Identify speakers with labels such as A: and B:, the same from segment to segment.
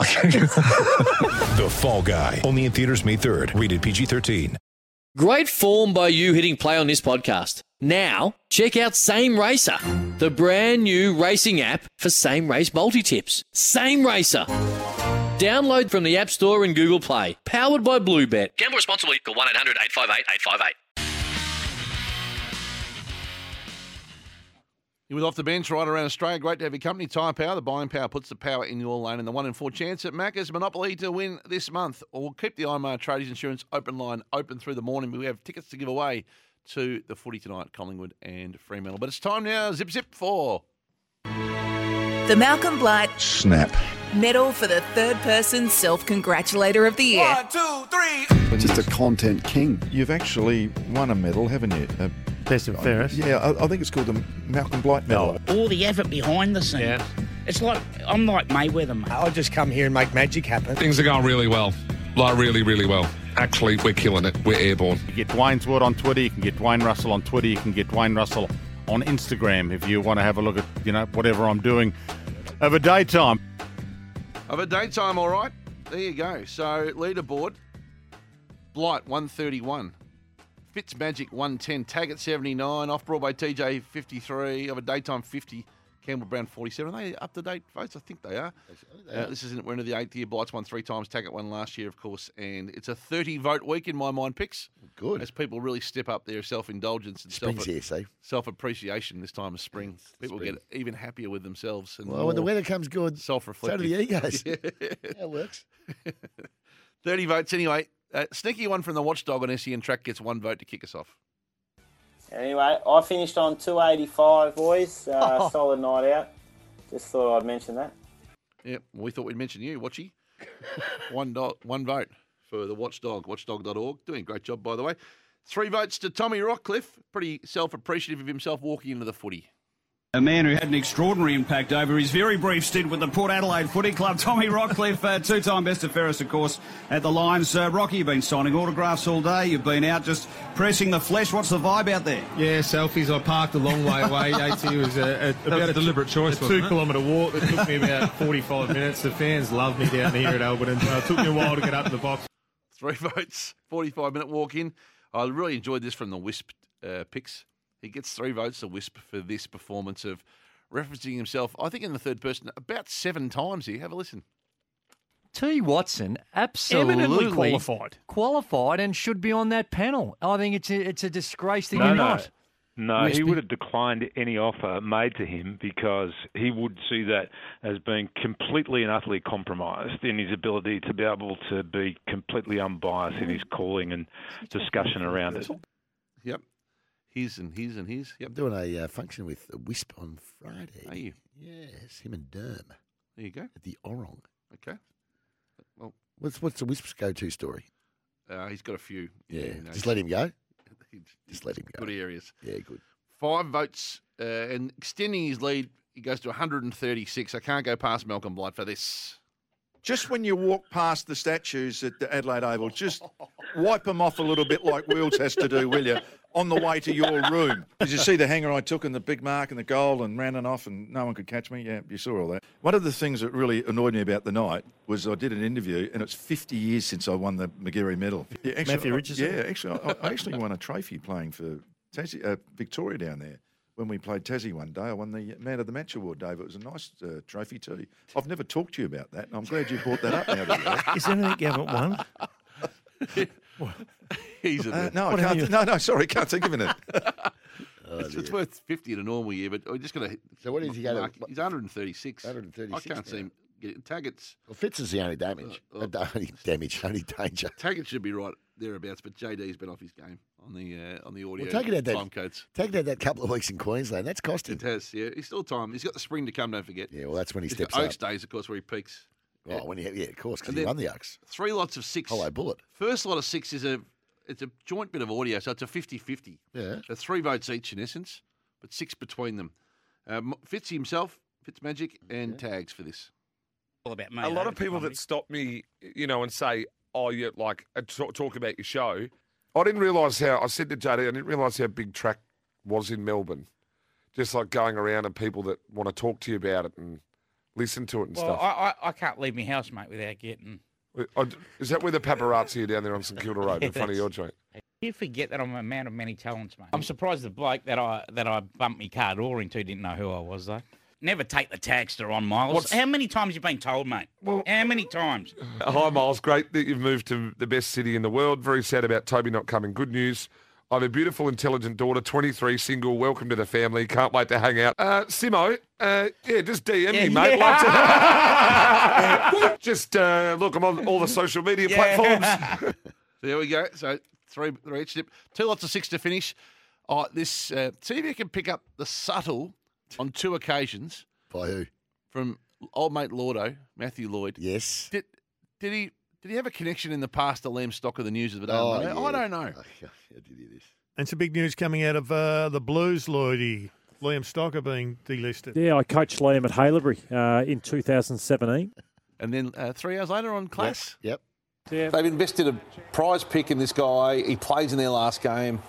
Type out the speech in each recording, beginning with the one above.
A: The Fall Guy. Only in theaters May 3rd. Rated PG-13.
B: Great form by you hitting play on this podcast. Now, check out Same Racer, the brand new racing app for same race multi tips. Same Racer. Download from the App Store and Google Play. Powered by Bluebet. Gamble responsibly. Call 1 800 858 858.
C: He was off the bench right around Australia. Great to have your company. Tyre Power, the buying power puts the power in your lane. And the one in four chance at Macca's Monopoly to win this month. We'll keep the IMR Tradies Insurance open line open through the morning. We have tickets to give away to the footy tonight, Collingwood and Fremantle. But it's time now, zip zip for.
D: The Malcolm Blight
E: Snap.
D: Medal for the third person self congratulator of the year.
F: Just a content king.
G: You've actually won a medal, haven't you? Uh,
H: Best and fairest.
G: yeah, I, I think it's called the Malcolm Blight Medal.
I: all the effort behind the scenes.
H: Yeah.
I: It's like I'm like Mayweather, mate.
J: I'll just come here and make magic happen.
K: Things are going really well. Like, really, really well. Actually, we're killing it. We're airborne.
L: You get Dwayne's Wood on Twitter. You can get Dwayne Russell on Twitter. You can get Dwayne Russell on Instagram if you want to have a look at you know whatever I'm doing over daytime.
C: Over daytime, all right. There you go. So, leaderboard Blight 131, Fitzmagic 110, Taggart 79, Off Broadway TJ 53, Over daytime 50, Campbell Brown 47. Are they up to date votes? I think they are. Uh, this isn't, we're into the eighth year. Blight's won three times, Taggart won last year, of course. And it's a 30 vote week in my mind, picks.
F: Good.
C: As people really step up their self indulgence and
F: Spring's
C: self
F: here, see.
C: self appreciation this time of spring. People get even happier with themselves. And
F: Well, when the
C: more-
F: weather comes good, so do
C: Self-reflective.
F: the egos.
C: Yeah.
F: That works.
C: 30 votes anyway. Uh, sneaky one from the watchdog on SEN track gets one vote to kick us off.
M: Anyway, I finished on 285, boys. Uh, Solid night out. Just thought I'd mention that.
C: Yep, we thought we'd mention you, Watchy. one, do- one vote for the watchdog, watchdog.org. Doing a great job, by the way. Three votes to Tommy Rockcliffe. Pretty self appreciative of himself walking into the footy.
N: A man who had an extraordinary impact over his very brief stint with the Port Adelaide Footy Club, Tommy Rockcliffe, uh, two-time best of Ferris, of course, at the Lions. Uh, Rocky, you've been signing autographs all day. You've been out just pressing the flesh. What's the vibe out there?
O: Yeah, selfies. I parked a long way away. AT was a, a, about a deliberate choice. A two-kilometre walk that took me about 45 minutes. The fans love me down here at Alberton. Uh, it took me a while to get up to the box.
C: Three votes, 45 minute walk in. I really enjoyed this from the Wisp uh, picks. He gets three votes, the Wisp, for this performance of referencing himself, I think in the third person, about seven times here. Have a listen.
P: T. Watson absolutely
H: Eminently qualified.
P: qualified and should be on that panel. I think it's a, it's a disgrace that
H: No,
P: you're
H: no.
P: not.
H: No,
P: Must
H: he
P: be-
H: would have declined any offer made to him because he would see that as being completely and utterly compromised in his ability to be able to be completely unbiased in his calling and discussion around it.
C: Yep. His and his and his. Yep.
F: I'm doing a uh, function with Wisp on Friday.
C: Are you?
F: Yes, him and Derm
C: There you go.
F: at the Orong.
C: Okay. Well,
F: What's what's the Wisp's go-to story?
C: uh, he's got a few.
F: Yeah,
C: you know,
F: just let him go.
C: he's-
F: Just let him go.
C: Good areas.
F: Yeah, good.
C: Five votes uh, and extending his lead. He goes to 136. I can't go past Malcolm Blight for this.
G: Just when you walk past the statues at the Adelaide Oval, just wipe them off a little bit like Wheels has to do, will you? On the way to your room. Did you see the hanger I took and the big mark and the goal and ran it off and no one could catch me? Yeah, you saw all that. One of the things that really annoyed me about the night was I did an interview and it's 50 years since I won the McGarry Medal. Yeah, actually,
H: Matthew
G: I-
H: Richardson?
G: Yeah, actually, I, I actually won a trophy playing for Tassie, uh, Victoria down there. When we played Tassie one day, I won the Man of the Match award, Dave. It was a nice uh, trophy too. I've never talked to you about that, and I'm glad you brought that up. Now that you're-
H: Is there anything you haven't won?
C: He's in
G: Uh,
C: there.
G: no, I can't. No, no, sorry, can't think of it.
F: Oh,
C: it's, it's worth 50 in a normal year, but we're just going to.
F: So what is he going to?
C: He's 136.
F: 136
C: I can't see
F: now.
C: him. Get it. Taggart's,
F: Well, Fitz is the only damage.
C: Uh, uh,
F: the only damage, only danger.
C: Taggart should be right thereabouts, but JD's been off his game on the uh, on the audio
F: Well, Taggart had that-
C: time codes.
F: Take that that couple of weeks in Queensland. That's cost him.
C: It has, yeah. He's still time. He's got the spring to come, don't forget.
F: Yeah, well, that's when he
C: He's
F: steps
C: got
F: up.
C: Oaks days, of course, where he peaks.
F: Oh, when he, yeah, of course, because
C: And
F: he
C: then-
F: won the Oaks.
C: Three lots of six.
F: Hello, Bullet.
C: First lot of six is a it's a joint bit of audio, so it's a 50-50.
F: Yeah.
C: So three votes each in essence, but six between them. Um, Fitz himself, Fitz Magic,
F: Mm,
C: and tags for this.
I: All about
Q: a lot of people that stop me, you know, and say, "Oh, you like uh, talk, talk about your show." I didn't realise how I said to JD, I didn't realise how big track was in Melbourne. Just like going around and people that want to talk to you about it and listen to it and
I: Well,
Q: stuff.
I: I, I, I can't leave my house, mate, without getting.
Q: I- I- is that where the paparazzi are down there on St Kilda Road in front of your joint?
I: You forget that I'm a man of many talents, mate. I'm surprised the bloke that I that I bumped my car door into didn't know who I was, though. Never take the tagster on, Miles.
Q: What's-
I: How many times you been told, mate? Well, how many times?
Q: Hi, Miles. Great that you've moved to the best city in the world. Very sad about Toby not coming. Good news. I have a beautiful, intelligent daughter, 23, single. Welcome to the family. Can't wait to hang out. Uh, Simo, uh, yeah, just DM me, mate. Love to- just uh, look, I'm on all the social media platforms.
C: There we go. So three, three each dip. Two lots of six to finish. Oh, this. Uh, see if you can pick up the subtle on two occasions.
F: By who?
C: From old mate Lordo, Matthew Lloyd.
F: Yes.
C: Did did he did he have a connection in the past to Lamb Stock of the News of the day?
F: Oh,
C: I,
F: yeah.
C: don't know.
R: And some big news coming out of uh, the Blues, Lloydie. Liam Stocker being delisted.
I: Yeah, I coached Liam at Haileybury uh, in 2017.
C: And then uh, three hours later on class.
F: Yep.
C: They've invested a prize pick in this guy. He plays in their last game.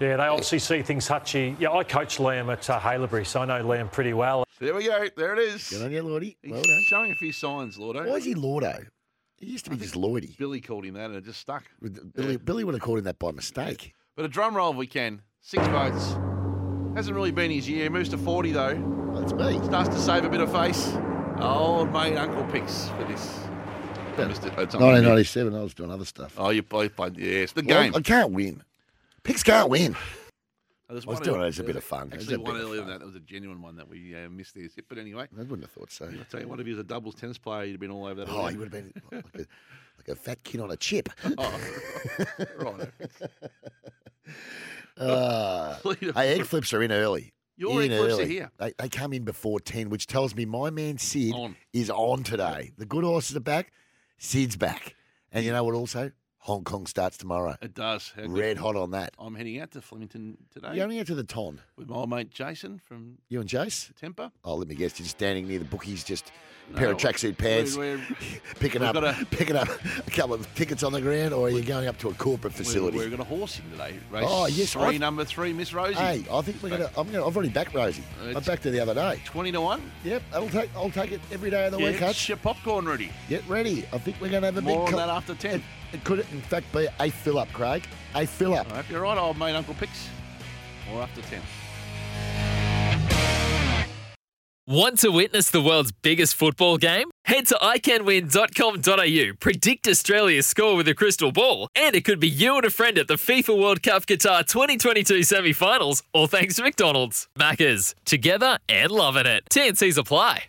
S: Yeah, they obviously see things Hutchie. Yeah, I coached Liam at uh, Haileybury, so I know Liam pretty well.
C: There we go. There it is. Good
F: on you, Lordy.
C: He's
F: Well done.
C: showing a few signs, Lordo.
F: Why is he Lordo? He used to be just Lloydie.
C: Billy called him that and it just stuck.
F: Billy, Billy would have called him that by mistake.
C: But a drum roll if we can. Six votes. Hasn't really been his year. Moves to 40 though.
F: That's me.
C: Starts to save a bit of face. Old mate Uncle Picks for this. I missed it. It's on the-
F: 1997, I was doing other stuff.
C: Oh, you both played. Yes, the
F: Well,
C: game.
F: I can't win. Picks can't win.
C: Oh, there's
F: I was
C: one
F: doing
C: earlier-
F: it as a bit of fun. It was
C: Actually,
F: a bit
C: one
F: of
C: earlier than that. That was a genuine one that we uh, missed there. But anyway.
F: I wouldn't have thought so.
C: I tell you what, if he was a doubles tennis player, he'd have been all over that.
F: Oh, he would have been like a, like a fat kid on a chip.
C: Oh, right.
F: Uh,
C: Leader-
F: hey, egg flips are in early.
C: Your
F: in
C: egg flips are here.
F: They, they come in before 10, which tells me my man Sid
C: On.
F: is on today. The good horses are back. Sid's back. And you know what also? Hong Kong starts tomorrow.
C: It does. How good.
F: Red hot on that.
C: I'm heading out to Flemington today
F: You're only out to the ton.
C: with my old mate Jason from
F: You and Jace?
C: Temper.
F: Oh, let me guess. You're just standing near the bookies, just a pair of
C: No,
F: tracksuit pants,
C: we're- we're-
F: picking
C: we've
F: up
C: got a-
F: picking up a couple of tickets on the ground, or are you going up to a corporate facility?
C: We're, we're going to horse him today. Race
F: Oh, yes,
C: three,
F: I've-
C: number three, Miss Rosie.
F: Hey, I think we're gonna. I'm gonna. I've already backed Rosie. I backed her the other day.
C: Twenty to one.
F: Yep, I'll take. I'll take it every day of the
C: Yeah,
F: week. Hutch.
C: Get your popcorn ready.
F: Get ready. I think we're gonna have a
C: More
F: big.
C: on that after ten.
F: It could, in fact, be a fill up, Craig. A fill up.
C: I hope you're right, old mate Uncle Picks. More after ten.
T: Want to witness the world's biggest football game? Head to iCanWin.com.au, predict Australia's score with a crystal ball, and it could be you and a friend at the FIFA World Cup Qatar 2022 semi finals, all thanks to McDonald's. Maccas, together and loving it. TNCs apply.